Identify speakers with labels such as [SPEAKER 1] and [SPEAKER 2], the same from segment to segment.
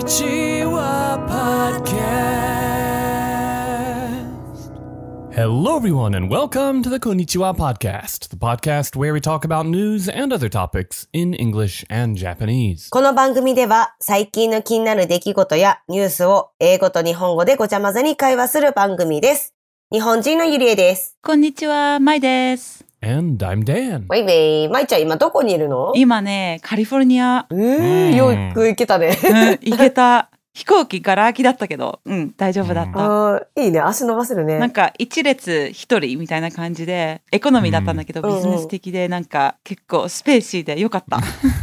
[SPEAKER 1] Konnichiwa Podcast. Hello, everyone, and welcome to the Konnichiwa Podcast, the podcast where we talk about news and other topics in English and Japanese.
[SPEAKER 2] この番組では最近の気になる出来事やニュースを英語と日本語でごちゃ混ぜに会話する番組です。日本人のゆりえです。
[SPEAKER 3] こんにちは、まいです。
[SPEAKER 1] And I'm Dan.
[SPEAKER 2] バイベイ。まいちゃん今どこにいるの
[SPEAKER 3] 今ね、カリフォルニア、
[SPEAKER 2] う
[SPEAKER 1] うん
[SPEAKER 2] ーん、よく行けたね。
[SPEAKER 3] うん、行けた。飛行機がら空きだったけど、うん、大丈夫だった。
[SPEAKER 2] あーいいね。足伸ばせるね。
[SPEAKER 3] なんか一列一人みたいな感じで、エコノミーだったんだけど、
[SPEAKER 2] うん
[SPEAKER 3] ビジネス的でなんか結構スペーシーでよかった。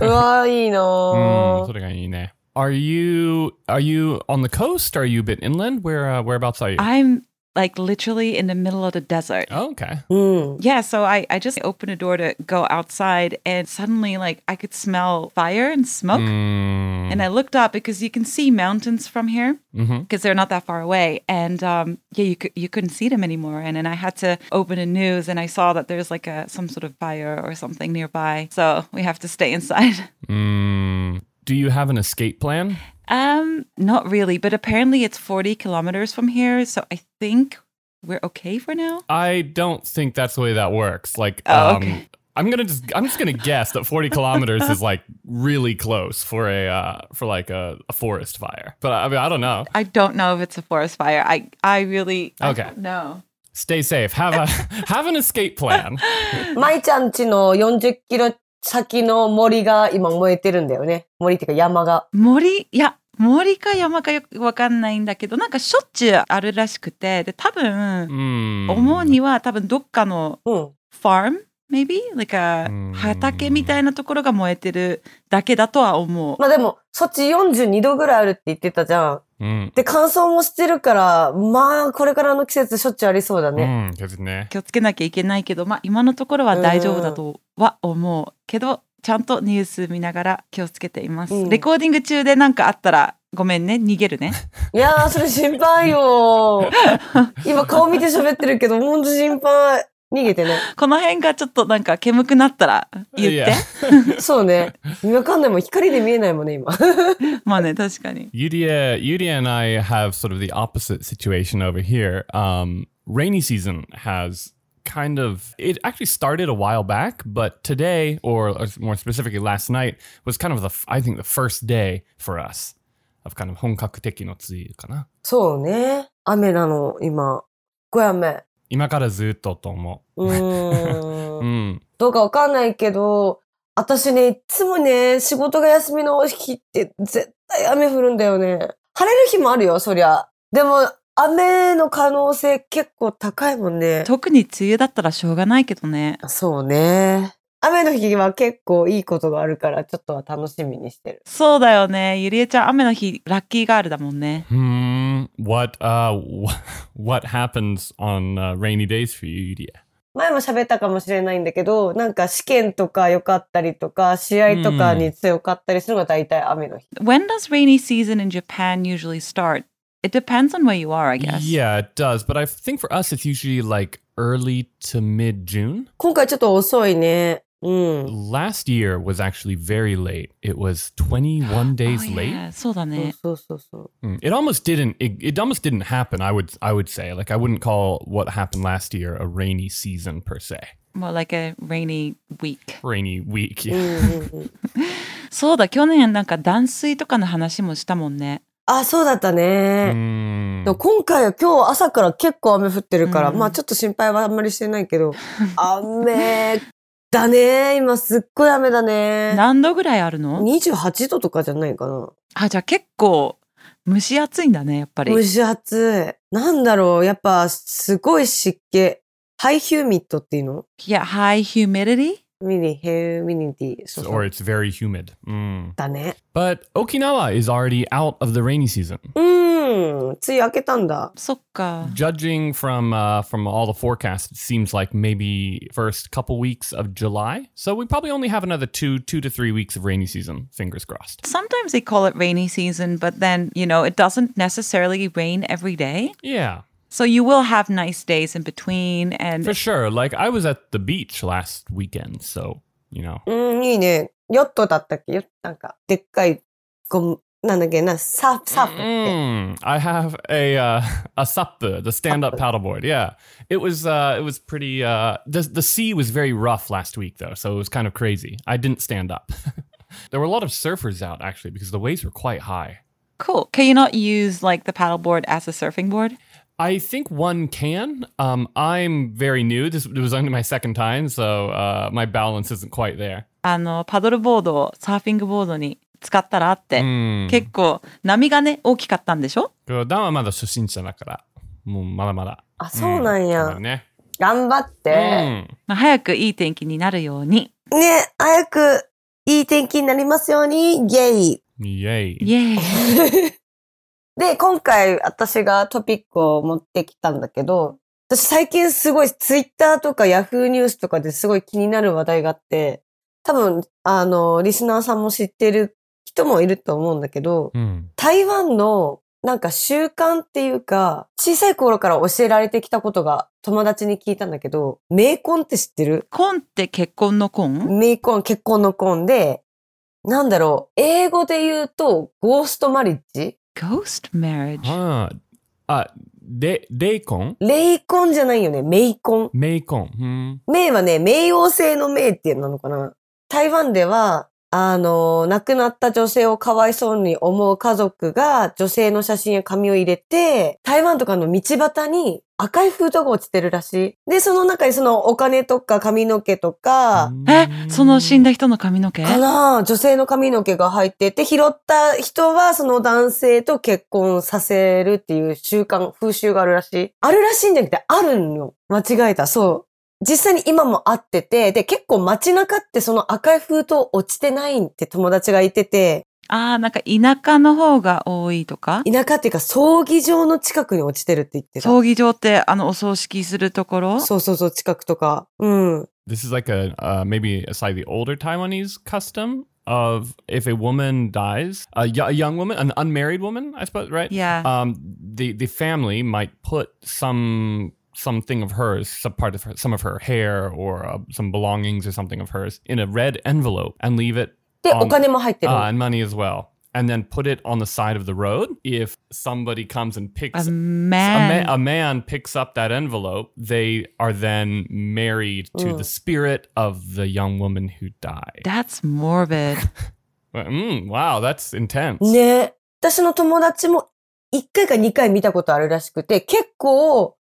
[SPEAKER 2] うわー、いいな
[SPEAKER 1] うん
[SPEAKER 2] ー
[SPEAKER 1] それがいいね Are you are you on the coast? Are you a bit inland? Where uh, whereabouts are you?
[SPEAKER 3] I'm like literally in the middle of the desert.
[SPEAKER 1] Oh, okay.
[SPEAKER 2] うん。
[SPEAKER 3] Yeah, so I, I just opened a door to go outside and suddenly like I could smell fire and smoke.
[SPEAKER 1] Mm,
[SPEAKER 3] And I looked up because you can see mountains from here.
[SPEAKER 1] mhm.
[SPEAKER 3] because they're not that far away. And um, yeah, you cou- you couldn't see them anymore. And then I had to open the news, and I saw that there's like a some sort of fire or something nearby. So we have to stay inside.
[SPEAKER 1] Mm. Do you have an escape plan?
[SPEAKER 3] Um, not really, but apparently it's 40 kilometers from here, so I think we're okay for now.
[SPEAKER 1] I don't think that's the way that works. Like, um,
[SPEAKER 3] Oh, okay.
[SPEAKER 1] I'm gonna just I'm just gonna guess that 40 kilometers is like really close for a uh, for like a, a forest fire. But I, I mean, I don't know.
[SPEAKER 3] I don't know if it's a forest fire. I I really I
[SPEAKER 1] Okay.
[SPEAKER 3] don't know.
[SPEAKER 1] Stay safe. Have a have an escape plan.
[SPEAKER 2] まいちゃん家の40キロ先の森が今燃えてるんだよね。森っていうか山が。
[SPEAKER 3] 森いや森か山かよくわかんないんだけどなんかしょっちゅうあるらしくてで多分、
[SPEAKER 1] Mm.
[SPEAKER 3] 思うには多分どっかの
[SPEAKER 2] うん。
[SPEAKER 3] farm maybe like a
[SPEAKER 1] うん
[SPEAKER 3] 畑みたいなところが燃えてるだけだとは思う。
[SPEAKER 2] まあでも、そっち42度ぐらいあるって言ってたじゃん。
[SPEAKER 1] Mm.
[SPEAKER 2] で、乾燥もしてるから、まあ、これからの季節しょっちゅうありそうだね。
[SPEAKER 1] Mm, 'causeね。
[SPEAKER 3] 気をつけなきゃいけないけど、まあ今のところは大丈夫だとは思うけど、ちゃんとニュース見ながら気をつけています。
[SPEAKER 2] うん
[SPEAKER 3] レコーディング中で何かあったらごめんね、逃げるね。
[SPEAKER 2] いやー、それ心配よー。今顔見て喋ってるけど、ほんと心配。逃げてね。
[SPEAKER 3] この辺がちょっとなんか煙くなったら言っ
[SPEAKER 1] Yeah.
[SPEAKER 3] て。
[SPEAKER 2] そうね。わかんないもん。光で見えないもんね、今。
[SPEAKER 3] まあね、確かに。
[SPEAKER 1] Yudia, Yudia and I have sort of the opposite situation over here. Um, rainy season has kind of it actually started a while back, but today, or or more specifically last night, was kind of the f- I think the first day for us of kind of honkakuteki no tsuyu かな.
[SPEAKER 2] そうね。雨なの、今。すっごい雨。
[SPEAKER 1] 今からずっとと思う。
[SPEAKER 2] うーん。
[SPEAKER 1] うん。
[SPEAKER 2] どうかわかんないけど、私ね、いつもね、仕事が休みの日って絶対雨降るんだよね。晴れる日もあるよ、そりゃ。でも、雨の可能性結構高いもんね。
[SPEAKER 3] 特に梅雨だったらしょうがないけどね。
[SPEAKER 2] そうね。雨の日は結構いいことがあるから、ちょっとは楽しみにしてる。
[SPEAKER 3] そうだよね。ゆりえちゃん、雨の日、ラッキーガールだもんね。
[SPEAKER 1] Hmm, What uh wh- what happens on uh, rainy days for you, Yudia?
[SPEAKER 2] 前も喋ったかもしれないんだけど、なんか試験とか良かったりとか、試合とかに強かったりするのが大体雨の日。
[SPEAKER 3] When does rainy season in Japan usually start? It depends on where you are, I guess.
[SPEAKER 1] Yeah, it does. But I think for us it's usually like early to mid June.
[SPEAKER 2] 今回ちょっと遅いね。うん。
[SPEAKER 1] Last year was actually very late. It was 21 days
[SPEAKER 3] Oh, yeah.
[SPEAKER 1] late.
[SPEAKER 3] そうだね。
[SPEAKER 2] そうそうそう。
[SPEAKER 1] Mm. It almost didn't it, it almost didn't happen, I would I would say. Like I wouldn't call what happened last year a rainy season per se.
[SPEAKER 3] More like a rainy week.
[SPEAKER 1] Rainy week.
[SPEAKER 2] うん
[SPEAKER 1] Yeah.
[SPEAKER 2] うんうん、
[SPEAKER 3] そうだ、去年なんか断水とかの話もしたもんね。
[SPEAKER 2] あ、そうだったね。
[SPEAKER 1] Mm.
[SPEAKER 2] でも今回は今日朝から結構雨降ってるから、
[SPEAKER 3] うん
[SPEAKER 2] まあちょっと心配はあんまりしてないけど、雨だね。今すっごい雨だね。
[SPEAKER 3] 何度ぐらいあるの
[SPEAKER 2] 28度とかじゃないかな。
[SPEAKER 3] あ、じゃあ結構蒸し暑いんだね、やっぱり
[SPEAKER 2] 蒸。し暑い。なんだろう、やっぱすごい湿気。ハイヒューミットっていうの
[SPEAKER 3] Yeah, high humidity?
[SPEAKER 2] ミニ、ヘュミニティ。そうそ
[SPEAKER 1] Or
[SPEAKER 2] う
[SPEAKER 1] it's very humid. Mm.
[SPEAKER 2] だね。
[SPEAKER 1] But Okinawa is already out of the rainy season.
[SPEAKER 2] うーん、つい開けたんだ。
[SPEAKER 3] そっか。
[SPEAKER 1] Judging from uh, from all the forecasts, it seems like maybe first couple weeks of July. So we probably only have another two two to three weeks of rainy season. Fingers crossed.
[SPEAKER 3] Sometimes they call it rainy season, but then, you know, it doesn't necessarily rain every day.
[SPEAKER 1] Yeah,
[SPEAKER 3] So you will have nice days in between and
[SPEAKER 1] for sure. Like I was at the beach last weekend, so you know.
[SPEAKER 2] うん、いいね。ヨットだったっけヨットなんか、でっかいゴム、なんだっけな、サーフ、サーフだっけ。
[SPEAKER 1] Mm, I have a uh, a supper, the stand-up paddleboard. Yeah, it was uh, it was pretty. Uh, the the sea was very rough last week though, so it was kind of crazy. I didn't stand up. there were a lot of surfers out actually because the waves were quite high.
[SPEAKER 3] Cool. Can you not use like the paddleboard as a surfing board?
[SPEAKER 1] I think one can. Um, I'm very new. This it was only my second time, so uh, my balance isn't quite there.
[SPEAKER 3] あの、パドルボードをサーフィングボードに使ったらって、
[SPEAKER 1] Mm.
[SPEAKER 3] 結構波がね、大きかったんでしょ
[SPEAKER 1] Mm, これ、ダンはまだ初心者だから、もうまだまだ。
[SPEAKER 2] あ、そうなん
[SPEAKER 1] うん、
[SPEAKER 2] や。
[SPEAKER 1] だからね。
[SPEAKER 2] 頑張って。
[SPEAKER 3] まあ、早くいい天気になるように。
[SPEAKER 2] ね、早くいい天気になりますように、ゲイ。
[SPEAKER 1] うん。イェイ。
[SPEAKER 3] イエーイ。
[SPEAKER 2] で、今回私がトピックを持ってきたんだけど、私最近すごいツイッターとかヤフーニュースとかですごい気になる話題があって、多分、あの、リスナーさんも知ってる人もいると思うんだけど、台湾のなんか習慣っていうか、小さい頃から教えられてきたことが友達に聞いたんだけど、名婚って知ってる
[SPEAKER 3] コンって結婚のコン
[SPEAKER 2] 名婚、結婚の婚で、なんだろう、英語で言うとゴーストマリッジ
[SPEAKER 3] ?Ghost
[SPEAKER 1] う
[SPEAKER 3] marriage.
[SPEAKER 1] ん。あ、あ、で、霊魂？
[SPEAKER 2] 霊婚じゃないよね、名婚。
[SPEAKER 1] 冥婚。うん。
[SPEAKER 2] 名はね、冥王星の名っていうのなのかな。台湾では、あの、亡くなった女性をかわいそうに思う家族が女性の写真や紙を入れて、台湾とかの道端に赤い封筒が落ちてるらしい。で、その中にそのお金とか髪の毛とか、
[SPEAKER 3] えその死んだ人の髪の毛
[SPEAKER 2] かなあ女性の髪の毛が入ってて、拾った人はその男性と結婚させるっていう習慣、風習があるらしい。あるらしいんじゃなくて、あるんよ。間違えた。そう。実際に今も会ってて、で、結構街中ってその赤い封筒落ちてないって友達がいてて、
[SPEAKER 3] ああ、なんか田舎の方が多いとか
[SPEAKER 2] 田舎っていうか葬儀場の近くに落ちてるって言ってた。
[SPEAKER 3] 葬儀場ってあのお葬式するところ
[SPEAKER 2] そうそうそう、近くとか。うん。
[SPEAKER 1] This is like a uh, maybe a slightly older Taiwanese custom of if a woman dies, a y- a young woman, an unmarried woman, I suppose, right?
[SPEAKER 3] Yeah.
[SPEAKER 1] um, the the family might put some something of hers, some part of her, some of her hair or uh, some belongings or something of hers in a red envelope and leave it
[SPEAKER 2] で、
[SPEAKER 1] あ
[SPEAKER 2] お金も入ってる。
[SPEAKER 1] uh, and money as well, and then put it on the side of the road. If somebody comes and picks
[SPEAKER 3] a
[SPEAKER 1] a,
[SPEAKER 3] man.
[SPEAKER 1] ma- a man picks up that envelope, they are then married to
[SPEAKER 2] Mm.
[SPEAKER 1] the spirit of the young woman who died.
[SPEAKER 3] That's morbid.
[SPEAKER 1] Mm, wow, that's intense.
[SPEAKER 2] ね。私の友達も1回か2回見たことあるらしくて、結構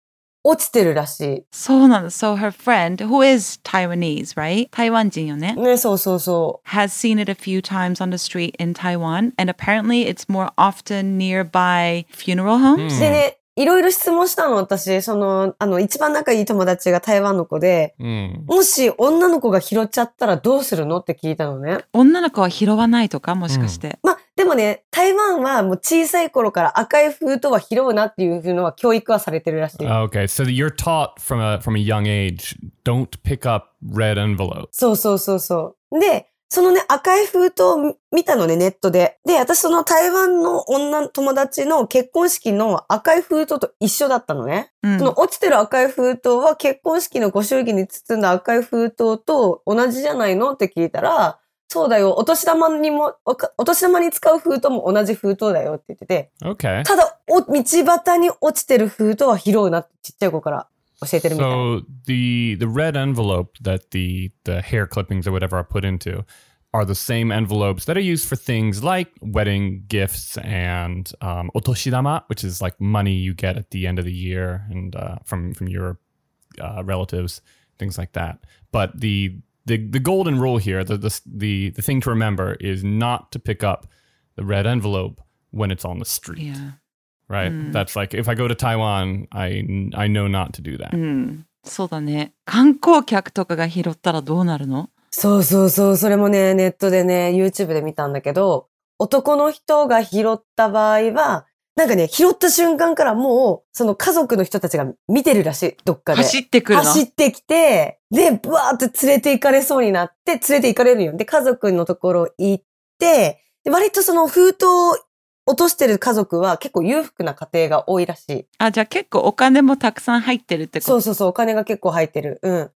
[SPEAKER 2] 落ちてるらし
[SPEAKER 3] そうなんです。So her friend, who is Taiwanese, right? 台湾人よね
[SPEAKER 2] い。。ね、そうそうそ
[SPEAKER 3] has seen it a few times on the street in Taiwan, and apparently it's more often nearby funeral
[SPEAKER 1] Hmm.
[SPEAKER 3] homes.
[SPEAKER 2] う。でね、いろいろ質問したの、私。その、あの、一番仲いい友達が台湾の子で、
[SPEAKER 1] Mm.
[SPEAKER 2] もし女の子が拾っちゃったらどうするのって聞いたのね。
[SPEAKER 3] 女の子は拾わないとかもしかして。
[SPEAKER 2] まあ、でもね、台湾はもう小さい頃から赤い封筒は拾うなっていうふうのは教育はされてるらしい。
[SPEAKER 1] Okay, so you're taught from a from a young age, don't pick up red envelopes.
[SPEAKER 2] そうそうそうそう。で、そのね、赤い封筒を見たのね、ネットで。で、私その台湾の女、友達の結婚式の赤い封筒と一緒だったのね。
[SPEAKER 3] うん
[SPEAKER 2] その落ちてる赤い封筒は結婚式のご祝儀に包んだ赤い封筒と同じじゃないのって聞いたら、そうだよ、お年玉にも、おかお年玉に使う封筒も同じ封筒だよって言ってて、
[SPEAKER 1] Okay.
[SPEAKER 2] ただ、お、道端に落ちてる封筒は拾うなってちっちゃい子から教えてるみたい。
[SPEAKER 1] So the the red envelope that the the hair clippings or whatever are put into are the same envelopes that are used for things like wedding gifts and um, otoshidama, which is like money you get at the end of the year and uh, from from your uh, relatives, things like that. But the the, the golden rule here, the, the the the thing to remember is not to pick up the red envelope when it's on the street.
[SPEAKER 3] Yeah.
[SPEAKER 1] Right?
[SPEAKER 3] Mm.
[SPEAKER 1] That's like if I go to Taiwan, I I know not to do that.
[SPEAKER 3] うん。そうだね。観光客とかが拾ったらどうなるの
[SPEAKER 2] そうそうそう、それもね、ネットでね、YouTube で見たんだけど、男の人が拾った場合は、なんかね、拾った瞬間からもう、その家族の人たちが見てるらしい、どっかで。
[SPEAKER 3] 走ってくるの。
[SPEAKER 2] 走ってきて、で、ブワーって連れて行かれそうになって、連れて行かれるよ。で、家族のところ行って、で割とその封筒を落としてる家族は結構裕福な家庭が多いらしい。
[SPEAKER 3] あ、じゃあ結構お金もたくさん入ってるって
[SPEAKER 2] そう
[SPEAKER 3] こと
[SPEAKER 2] そうそう、お金が結構入ってる。うん。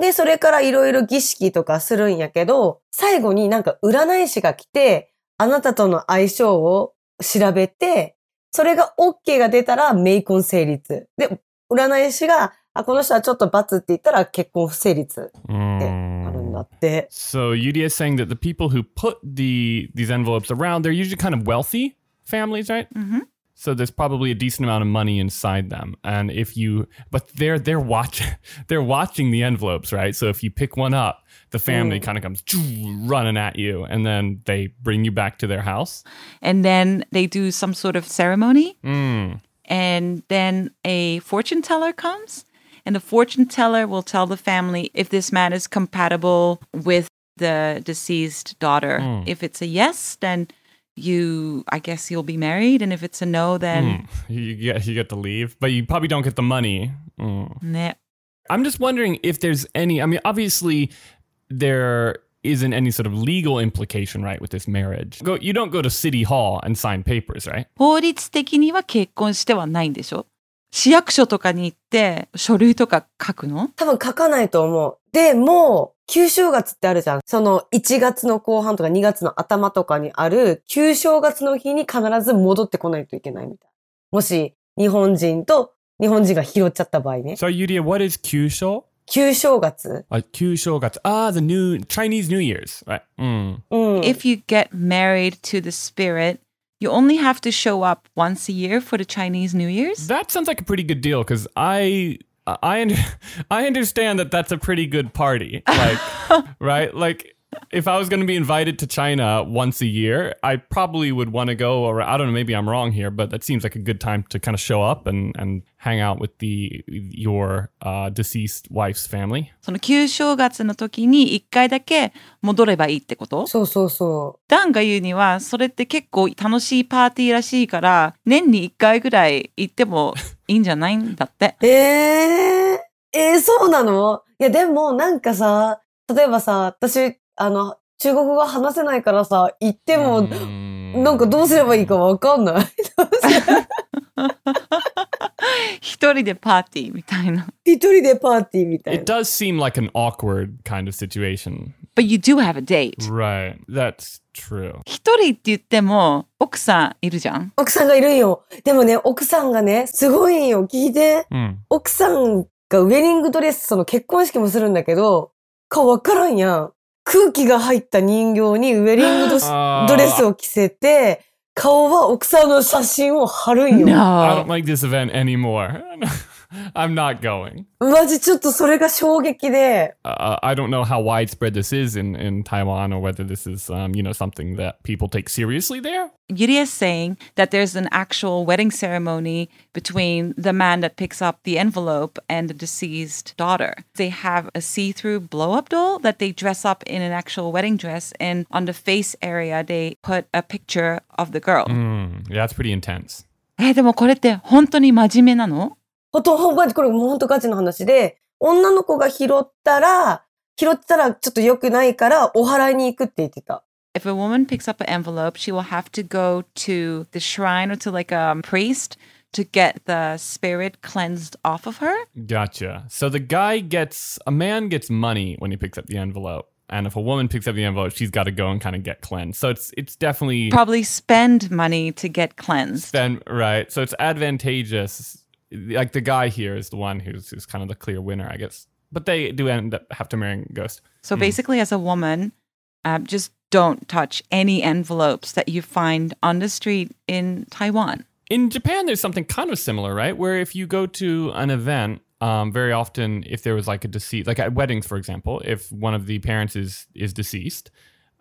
[SPEAKER 2] で、それからいろいろ儀式とかするんやけど、最後になんか占い師が来て、あなたとの相性を調べて、それが OK が出たらメイコン成立。で、占い師が、あ、この人はちょっと罰って言ったら結婚不成立あるんだ
[SPEAKER 1] Mm.
[SPEAKER 2] って。
[SPEAKER 1] So Yudi is saying that the people who put the these envelopes around, they're usually kind of wealthy families, right?
[SPEAKER 3] hmm
[SPEAKER 1] So there's probably a decent amount of money inside them. And if you but they're they're watch they're watching the envelopes, right? So if you pick one up, the family kind of comes "Choo," running at you and then they bring you back to their house.
[SPEAKER 3] And then they do some sort of ceremony.
[SPEAKER 1] Mm.
[SPEAKER 3] And then a fortune teller comes. And the fortune teller will tell the family if this man is compatible with the deceased daughter.
[SPEAKER 1] Mm.
[SPEAKER 3] If it's a yes, then you, I guess you'll be married. And if it's a no,
[SPEAKER 1] Mm.
[SPEAKER 3] then
[SPEAKER 1] You get you get to leave, but you probably don't get the money. Mm.
[SPEAKER 3] Nah.
[SPEAKER 1] I'm just wondering if there's any. I mean, obviously, there isn't any sort of legal implication, right, with this marriage. Go, you don't go to city hall and sign papers, right?
[SPEAKER 3] 法律的には結婚してはないんでしょ市役所とかに行って書類とか書くの
[SPEAKER 2] 多分書かないと思う。で、もう、旧正月ってあるじゃん。その1月の後半とか2月の頭とかにある、旧正月の日に必ず戻ってこないといけないみたい。もし、日本人と日本人が拾っちゃった場合ね。
[SPEAKER 1] So, Yuria, what is Kyusho?
[SPEAKER 2] 旧正月。
[SPEAKER 1] Uh, Kyusho got ah the new Chinese New Year's, right? Mm.
[SPEAKER 2] うん。
[SPEAKER 3] If you get married to the spirit, you only have to show up once a year for the Chinese New Year's.
[SPEAKER 1] That sounds like a pretty good deal because I. I under, I understand that that's a pretty good party, like right? Like if I was going to be invited to China once a year, I probably would want to go. Or I don't know, maybe I'm wrong here, but that seems like a good time to kind of show up and and hang out with the your uh, deceased wife's family.
[SPEAKER 3] その旧正月の時に一回だけ戻ればいいってこと
[SPEAKER 2] そうそうそ
[SPEAKER 3] ダンが言うにはそれって結構楽しいパーティーらしいから年に一回ぐらい行ってもいいんじゃないんだって。
[SPEAKER 2] う。ええー、えー、そうなのいや、でもなんかさ、例えばさ、私、あの、中国語話せないからさ、行っても、
[SPEAKER 1] Hmm.
[SPEAKER 2] なんかどうすればいいかわかんない。
[SPEAKER 3] 一人でパーティーみたいな。
[SPEAKER 2] 一人でパーティーみたい
[SPEAKER 1] It
[SPEAKER 2] な。
[SPEAKER 1] does seem like an awkward kind of situation,
[SPEAKER 3] But you do have a date.
[SPEAKER 1] right? That's true.
[SPEAKER 3] 一人って言っても奥さんいるじゃん
[SPEAKER 2] 奥さんがいるんよ。でもね、奥さんがね、すごいんよ。聞いて。
[SPEAKER 1] Mm.
[SPEAKER 2] 奥さんがウェディングドレス、その結婚式もするんだけど、顔わからんやん。空気が入った人形にウェディングドス
[SPEAKER 1] Ah,
[SPEAKER 2] ドレスを着せて、顔は奥さんの写真を貼るんよ。
[SPEAKER 1] I don't
[SPEAKER 3] No
[SPEAKER 1] like this event anymore. I'm not going.
[SPEAKER 2] マジちょっとそれが衝撃で、
[SPEAKER 1] uh, I don't know how widespread this is in, in Taiwan or whether this is, um, you know, something that people take seriously there.
[SPEAKER 3] Yuri is saying that there's an actual wedding ceremony between the man that picks up the envelope and the deceased daughter they have a see-through blow-up doll that they dress up in an actual wedding dress and on the face area they put a picture of the girl、Eh,
[SPEAKER 1] Mm, yeah, that's pretty intense.
[SPEAKER 3] えーでもこれって本当に真面目なの
[SPEAKER 2] ほとほんまにこれもうほんとガチの話で、女の子が拾ったら、拾ったらちょっと良くないから、お祓いに行くって言ってた。
[SPEAKER 3] if a woman picks up an envelope, she will have to go to the shrine or to like a priest to get the spirit cleansed off of her.
[SPEAKER 1] Gotcha. So the guy gets, a man gets money when he picks up the envelope. And if a woman picks up the envelope, she's got to go and kind of get cleansed. So it's it's definitely
[SPEAKER 3] Probably spend money to get cleansed.
[SPEAKER 1] then right. So it's advantageous. Like the guy here is the one who's who's kind of the clear winner, I guess. But they do end up have to marry Ghost.
[SPEAKER 3] So
[SPEAKER 1] Hmm.
[SPEAKER 3] basically, as a woman, um, just don't touch any envelopes that you find on the street in Taiwan.
[SPEAKER 1] in Japan, there's something kind of similar, right? Where if you go to an event, um, very often if there was like a deceased, like at weddings, for example, if one of the parents is is deceased,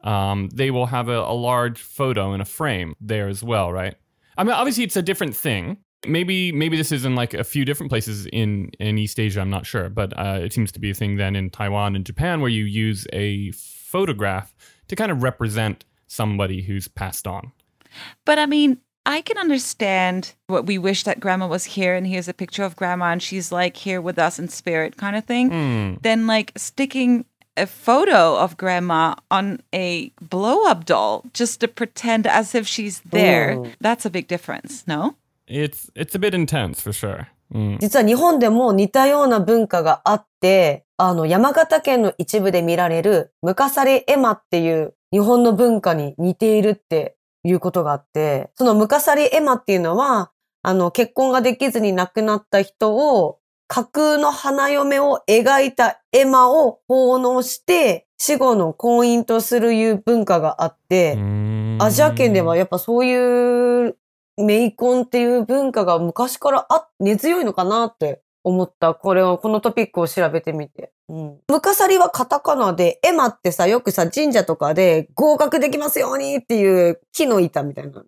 [SPEAKER 1] um, they will have a, a large photo in a frame there as well, right? I mean, obviously it's a different thing. Maybe maybe this is in like a few different places in in East Asia. I'm not sure, but uh, it seems to be a thing then in Taiwan and Japan where you use a photograph to kind of represent somebody who's passed on.
[SPEAKER 3] But I mean, I can understand what we wish that grandma was here and here's a picture of grandma and she's like here with us in spirit kind of thing.
[SPEAKER 1] Hmm.
[SPEAKER 3] than like sticking a photo of grandma on a blow up doll just to pretend as if she's there.
[SPEAKER 1] Hmm.
[SPEAKER 2] Ooh.
[SPEAKER 3] That's a big difference, no?
[SPEAKER 1] It's it's a bit intense for sure. Mm.
[SPEAKER 2] 実は日本でも似たような文化があって、あの、山形県の一部で見られる、ムカサリエマっていう日本の文化に似ているっていうことがあって、そのムカサリエマっていうのは、あの、結婚ができずに亡くなった人を、架空の花嫁を描いた絵馬を奉納して、死後の婚姻とするいう文化があって、
[SPEAKER 1] Mm.
[SPEAKER 2] アジア圏ではやっぱそういうメイコンっていう文化が昔からあ根強いのかなって思った。これを、このトピックを調べてみて。うん。ムカサリはカタカナで、エマってさ、よくさ、神社とかで合格できますようにっていう木の板みたいな。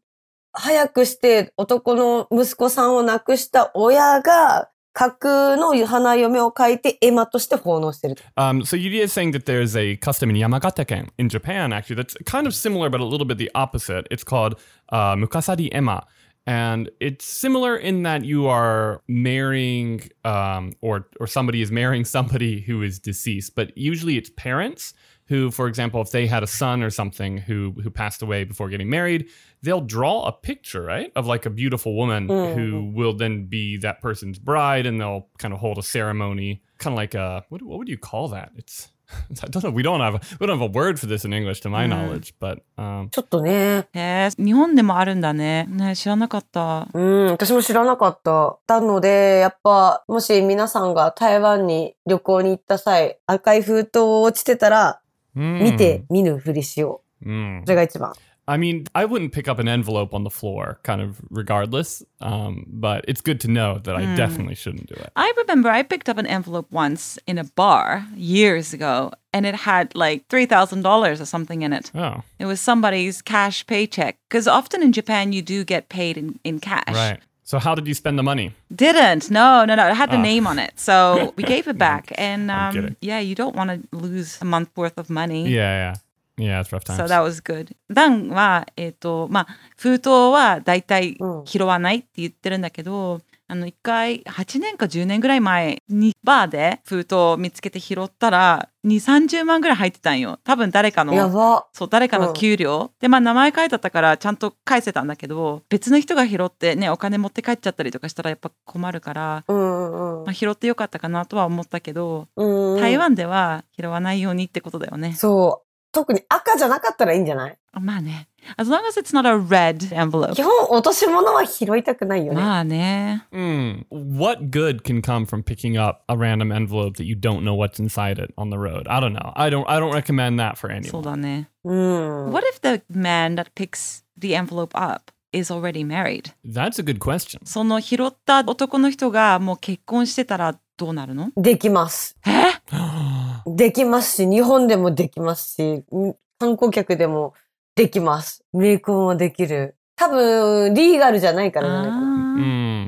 [SPEAKER 2] 早くして男の息子さんを亡くした親が架空の花嫁を書いてエマとして奉納してる。
[SPEAKER 1] Um, so Yuri is saying that there's a custom in Yamagata-ken in Japan, actually, that's kind of similar but a little bit the opposite. It's called uh, Mukasari Ema. And it's similar in that you are marrying, um, or or somebody is marrying somebody who is deceased. But usually, it's parents who, for example, if they had a son or something who who passed away before getting married, they'll draw a picture, right, of like a beautiful woman
[SPEAKER 2] Mm.
[SPEAKER 1] who will then be that person's bride, and they'll kind of hold a ceremony, kind of like a what, what would you call that? It's I don't know. We don't have a, we don't have a word for this in English, to my
[SPEAKER 3] Mm.
[SPEAKER 1] knowledge, but um,
[SPEAKER 2] ちょっとね。
[SPEAKER 3] へえ、日本でもあるんだね。ね知らなかった。
[SPEAKER 2] うん、私も知らなかった。なので、やっぱ、もし皆さんが台湾に旅行に行った際、赤い封筒落ちてたら、
[SPEAKER 1] mm,
[SPEAKER 2] 見て見ぬふりしよ
[SPEAKER 1] mm.
[SPEAKER 2] う。それが一番。
[SPEAKER 1] I mean, I wouldn't pick up an envelope on the floor, kind of regardless. Um, but it's good to know that I
[SPEAKER 3] Mm.
[SPEAKER 1] definitely shouldn't do it.
[SPEAKER 3] I remember I picked up an envelope once in a bar years ago, and it had like $3,000 or something in it.
[SPEAKER 1] Oh,
[SPEAKER 3] It was somebody's cash paycheck. Because often in Japan, you do get paid in, in cash.
[SPEAKER 1] right. So how did you spend the money?
[SPEAKER 3] Didn't. No, no, no. It had the
[SPEAKER 1] Ah.
[SPEAKER 3] name on it. So we gave it back. And
[SPEAKER 1] I'm kidding.
[SPEAKER 3] um, yeah, you don't want to lose a month worth of money.
[SPEAKER 1] Yeah, yeah, yeah. It's rough times.
[SPEAKER 3] So that was good. ダンは、えっ、と、まあ、封筒は大体
[SPEAKER 2] うん
[SPEAKER 3] 拾わないって言ってるんだけど、あの、一回、8年か10年ぐらい前に、バーで封筒を見つけて拾ったら、2、30万ぐらい入ってたんよ。多分誰か
[SPEAKER 2] や
[SPEAKER 3] の、
[SPEAKER 2] ば。
[SPEAKER 3] そう、誰か
[SPEAKER 2] う
[SPEAKER 3] の
[SPEAKER 2] ん
[SPEAKER 3] 給料。で、まあ、名前書いてあったから、ちゃんと返せたんだけど、別の人が拾ってね、お金持って帰っちゃったりとかしたらやっぱ困るから、
[SPEAKER 2] うんうん
[SPEAKER 3] まあ、拾ってよかったかなとは思ったけど、
[SPEAKER 2] うん。
[SPEAKER 3] 台湾では拾わないようにってことだよね。
[SPEAKER 2] そう。特に赤じゃなかったらいいんじゃない
[SPEAKER 3] まあね。As Oh, eh. long as it's not a red envelope. eh.
[SPEAKER 2] 基本、落とし物は拾いたくないよね。
[SPEAKER 3] まあね。
[SPEAKER 1] Mm. What good can come from picking up a random envelope that you don't know what's inside it on the road? I don't know. I don't. I don't recommend that for anyone.
[SPEAKER 3] そうだね。
[SPEAKER 2] うん。
[SPEAKER 3] eh. What if the man that picks the envelope up is already married?
[SPEAKER 1] That's a good question.
[SPEAKER 3] その拾った男の人がもう結婚してたらどうな るの
[SPEAKER 2] できます。
[SPEAKER 3] え
[SPEAKER 1] oh,
[SPEAKER 2] できますし、日本でもできますし、うん観光客でもできます。メイクもできる。多分、リーガルじゃないからね。
[SPEAKER 3] あー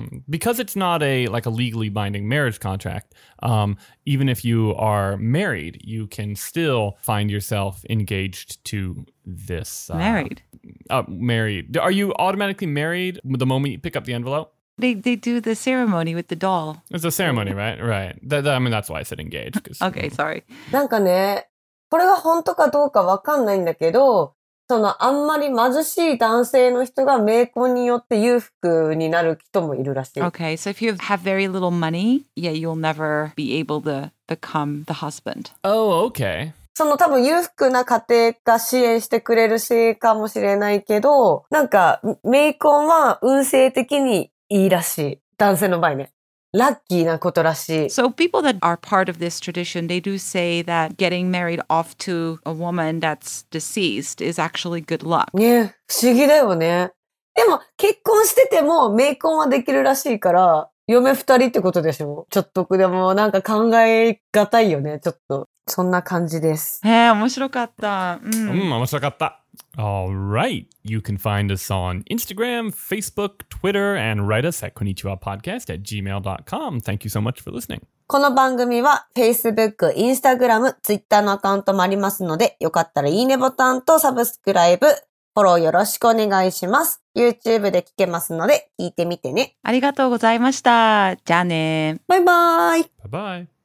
[SPEAKER 1] mm. Because it's not a like a legally binding marriage contract. Um, even if you are married, you can still find yourself engaged to this uh,
[SPEAKER 3] Married.
[SPEAKER 1] Uh, married. Are you automatically married the moment you pick up the envelope?
[SPEAKER 3] They, they do the ceremony with the doll.
[SPEAKER 1] It's a ceremony, right? Right. That, that- I mean, that's why I said engaged. 'cause-
[SPEAKER 3] Oh. Okay, sorry.
[SPEAKER 2] なんかね、これが本当かどうかわかんないんだけど、そのあんまり貧しい男性の人が名婚によって裕福になる人もいるらしい。
[SPEAKER 3] Okay, so if you have very little money, yeah, you'll never be able to become the husband.
[SPEAKER 1] Oh, okay.
[SPEAKER 2] その多分裕福な家庭が支援してくれるしかもしれないけど、なんか名婚は運勢的にいいらしい。男性の場合ね。ラッキーなことらしい。
[SPEAKER 3] So people that are part of this tradition, they do say that getting married off to a woman that's deceased is actually good luck.
[SPEAKER 2] ね不思議だよね。でも結婚してても名婚はできるらしいから、嫁二人ってことでしょちょっとでもなんか考えがたいよね、ちょっと。そんな感じです。
[SPEAKER 3] へえ、面白かった。うん。
[SPEAKER 1] Mm, almost like a thought. All right. You can find us on Instagram, Facebook, Twitter, and write us at konnichiwa podcast at gmail.com. Thank you so much for listening.
[SPEAKER 2] この番組は Facebook、Instagram、Twitter のアカウントもありますので、よかったらいいねボタンとサブスクライブ、フォローよろしくお願いします。YouTube で聞けますので、聞いてみてね。
[SPEAKER 3] ありがとうございました。じゃあね。
[SPEAKER 2] バイバーイ
[SPEAKER 1] Bye bye.